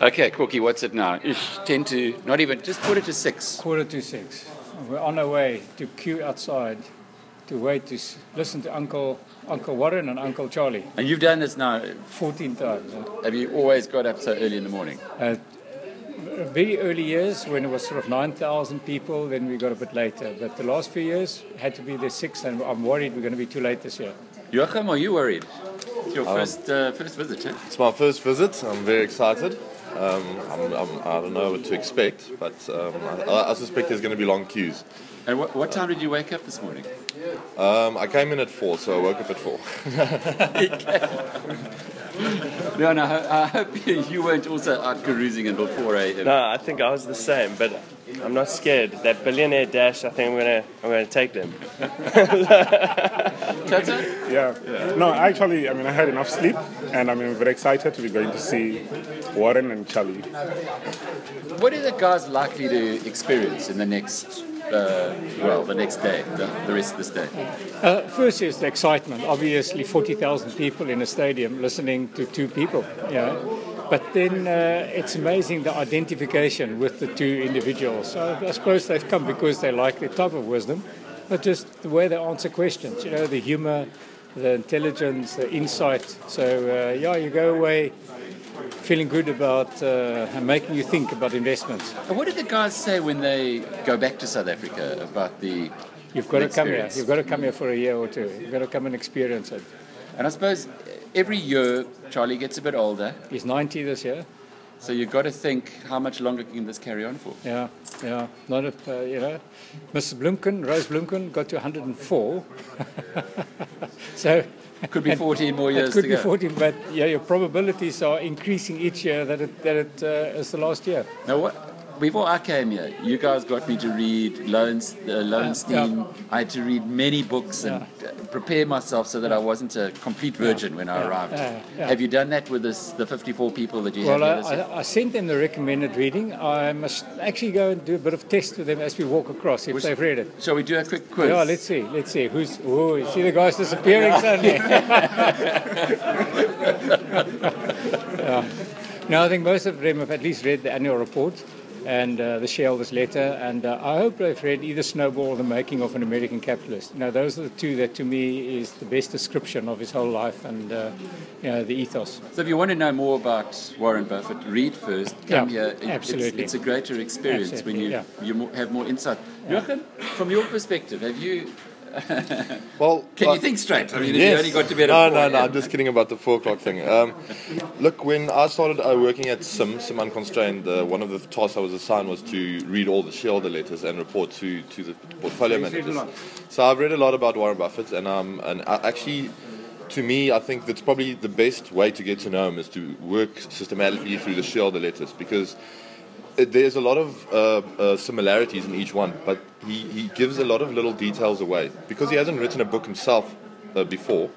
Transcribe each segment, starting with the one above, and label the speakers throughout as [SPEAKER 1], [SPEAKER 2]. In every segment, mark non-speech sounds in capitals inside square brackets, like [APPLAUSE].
[SPEAKER 1] Okay, Corky, what's it now? Ish, 10 to, not even, just quarter to 6.
[SPEAKER 2] Quarter to six. We're on our way to queue outside to wait to s- listen to Uncle Uncle Warren and Uncle Charlie
[SPEAKER 1] And you've done this now,
[SPEAKER 2] 14 times.
[SPEAKER 1] have you always got up so early in the morning?
[SPEAKER 2] Uh, very early years when it was sort of 9,000 people, then we got a bit later. But the last few years had to be the six, and I'm worried we're going to be too late this year.
[SPEAKER 1] Joachim, are you worried? It's your first, uh, first visit, huh?
[SPEAKER 3] It's my first visit. I'm very excited. Um, I'm, I'm, I don't know what to expect, but um, I, I suspect there's going to be long queues.
[SPEAKER 1] And what, what time did you wake up this morning?
[SPEAKER 3] Um, I came in at four, so I woke up at four.
[SPEAKER 1] No, no, I, I hope [LAUGHS] you weren't also out carousing until 4 a.m.
[SPEAKER 4] No, I think I was the same, but I'm not scared. That billionaire dash, I think I'm gonna, I'm gonna take them.
[SPEAKER 1] Tata?
[SPEAKER 5] Yeah. No, actually, I mean, I had enough sleep, and I mean, I'm very excited to be going to see Warren and Charlie.
[SPEAKER 1] What are the guys likely to experience in the next, uh, well, the next day, the, the rest of this day?
[SPEAKER 2] Uh, first is the excitement. Obviously, 40,000 people in a stadium listening to two people. Yeah. But then uh, it's amazing the identification with the two individuals. So I suppose they've come because they like the type of wisdom, but just the way they answer questions, you know, the humor, the intelligence, the insight. So, uh, yeah, you go away feeling good about uh, and making you think about investments.
[SPEAKER 1] And what did the guys say when they go back to South Africa about the.
[SPEAKER 2] You've got to come here.
[SPEAKER 1] experience?
[SPEAKER 2] You've got to come here for a year or two. You've got to come and experience it.
[SPEAKER 1] And I suppose every year Charlie gets a bit older,
[SPEAKER 2] He's 90 this year.
[SPEAKER 1] so you've got to think how much longer can this carry on for?
[SPEAKER 2] Yeah, yeah. Not if, uh, you know, Mrs. Blumkin, Rose Blumkin, got to 104. [LAUGHS] so
[SPEAKER 1] Could
[SPEAKER 2] [LAUGHS]
[SPEAKER 1] be 14 more years
[SPEAKER 2] it could
[SPEAKER 1] to
[SPEAKER 2] be
[SPEAKER 1] go.
[SPEAKER 2] 14, but yeah, your probabilities are increasing each year that it, that it uh, is the last year.
[SPEAKER 1] Now, what, before I came here, you guys got me to read Lowen's, uh, Lowenstein.
[SPEAKER 2] yeah.
[SPEAKER 1] I had to read many books and uh prepare myself so that I wasn't a complete virgin when I arrived.
[SPEAKER 2] yeah, yeah.
[SPEAKER 1] Have you done that with this, the 54 people that you
[SPEAKER 2] Well,
[SPEAKER 1] had here
[SPEAKER 2] I,
[SPEAKER 1] this year?
[SPEAKER 2] I, I sent them the recommended reading. I must actually go and do a bit of test with them as we walk across if they've read it.
[SPEAKER 1] Shall we do a quick quiz?
[SPEAKER 2] Yeah, let's see. Let's see. Who's? Oh, you see the guys disappearing [LAUGHS] suddenly. Yeah. No, I think most of them have at least read the annual report and uh, the shareholders' letter, and uh, I hope they've read either Snowball or The Making of an American Capitalist. Now, those are the two that, to me, is the best description of his whole life and uh, you know, the ethos.
[SPEAKER 1] So, if you want to know more about Warren Buffett, read first. Come
[SPEAKER 2] Yeah,
[SPEAKER 1] here. It- it's-
[SPEAKER 2] absolutely.
[SPEAKER 1] It's, a greater experience when
[SPEAKER 2] Absolutely,
[SPEAKER 1] you
[SPEAKER 2] yeah.
[SPEAKER 1] you mo- have more insight. Joachim, from your perspective, have you?
[SPEAKER 3] Well,
[SPEAKER 1] Can
[SPEAKER 3] like-
[SPEAKER 1] you think straight? I mean, if you
[SPEAKER 3] Yes.
[SPEAKER 1] only got to bed
[SPEAKER 3] no,
[SPEAKER 1] at 4
[SPEAKER 3] no, no.
[SPEAKER 1] a.m.
[SPEAKER 3] I'm just kidding about the four o'clock thing. Um, look, when I started uh, working at Sim, Sim Unconstrained, uh, one of the tasks I was assigned was to read all the shareholder letters and report to, to the portfolio
[SPEAKER 2] He's read a
[SPEAKER 3] managers.
[SPEAKER 2] lot.
[SPEAKER 3] So I've read a lot about Warren Buffett, and um, and I actually, to me, I think that's probably the best way to get to know him is to work systematically through the shareholder letters because it- there's a lot of uh, uh, similarities in each one, but he, he gives a lot of little details away because he hasn't written a book himself uh, before.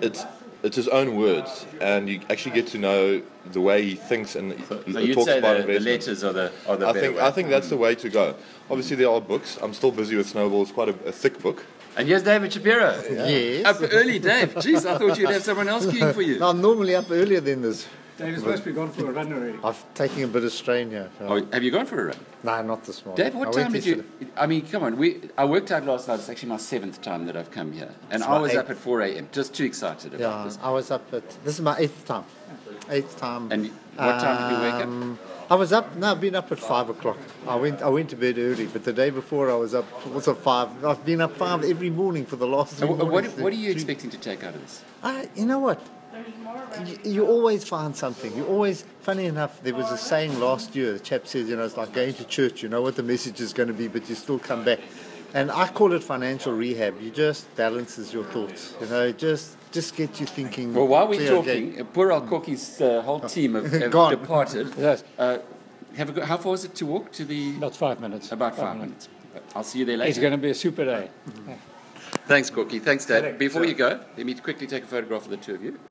[SPEAKER 3] It's it's his own words, and you actually get to know the way he thinks and
[SPEAKER 1] So
[SPEAKER 3] he
[SPEAKER 1] you'd
[SPEAKER 3] talks
[SPEAKER 1] say
[SPEAKER 3] about
[SPEAKER 1] the, the
[SPEAKER 3] investment.
[SPEAKER 1] letters are the are the
[SPEAKER 3] I
[SPEAKER 1] better
[SPEAKER 3] think
[SPEAKER 1] way.
[SPEAKER 3] I think that's the way to go. Obviously, there are books. I'm still busy with Snowball. It's quite a, a thick book.
[SPEAKER 1] And here's David Shapiro.
[SPEAKER 6] Yes.
[SPEAKER 1] Up early, Dave. Jeez, I thought you'd have someone else queuing for you.
[SPEAKER 6] No, I'm normally up earlier than this.
[SPEAKER 2] David's supposed to be gone for a run already.
[SPEAKER 6] I've taken a bit of strain here. so-
[SPEAKER 1] Oh, have you gone for a run?
[SPEAKER 6] no, not this morning.
[SPEAKER 1] Dave, what
[SPEAKER 6] I
[SPEAKER 1] time
[SPEAKER 6] went
[SPEAKER 1] did you?
[SPEAKER 6] yesterday.
[SPEAKER 1] I mean, come on. We, I worked out last night. It's actually my seventh time that I've come here. And
[SPEAKER 6] It's
[SPEAKER 1] I
[SPEAKER 6] my
[SPEAKER 1] was
[SPEAKER 6] eighth.
[SPEAKER 1] up at 4 a.m. Just too excited about
[SPEAKER 6] Yeah,
[SPEAKER 1] this.
[SPEAKER 6] I was up at. This is my eighth time. Eighth time.
[SPEAKER 1] And what time did you wake up?
[SPEAKER 6] Um, I was up. No, I've been up at five o'clock. I went. I went to bed early, but the day before I was up also five. I've been up five every morning for the last. Three
[SPEAKER 1] And wh- what,
[SPEAKER 6] mornings.
[SPEAKER 1] what are you expecting to take out of this?
[SPEAKER 6] I, you know what? You, you always find something. You always, funny enough, there was a saying last year. The chap says, you know, it's like going to church. You know what the message is going to be, but you still come back. And I call it financial rehab. You just balances your thoughts. You know, it just just get you thinking.
[SPEAKER 1] Well, while we're
[SPEAKER 6] clear again.
[SPEAKER 1] talking, uh, poor Al Corky's uh, whole team have, have
[SPEAKER 6] Gone.
[SPEAKER 1] departed.
[SPEAKER 2] Yes.
[SPEAKER 1] Uh, have a go, how far is it to walk to the?
[SPEAKER 2] That's five minutes.
[SPEAKER 1] About five minutes. I'll see you there later.
[SPEAKER 2] It's going to be a super day.
[SPEAKER 1] Thanks, Corky. Thanks, Dad. Before you go, let me quickly take a photograph of the two of you.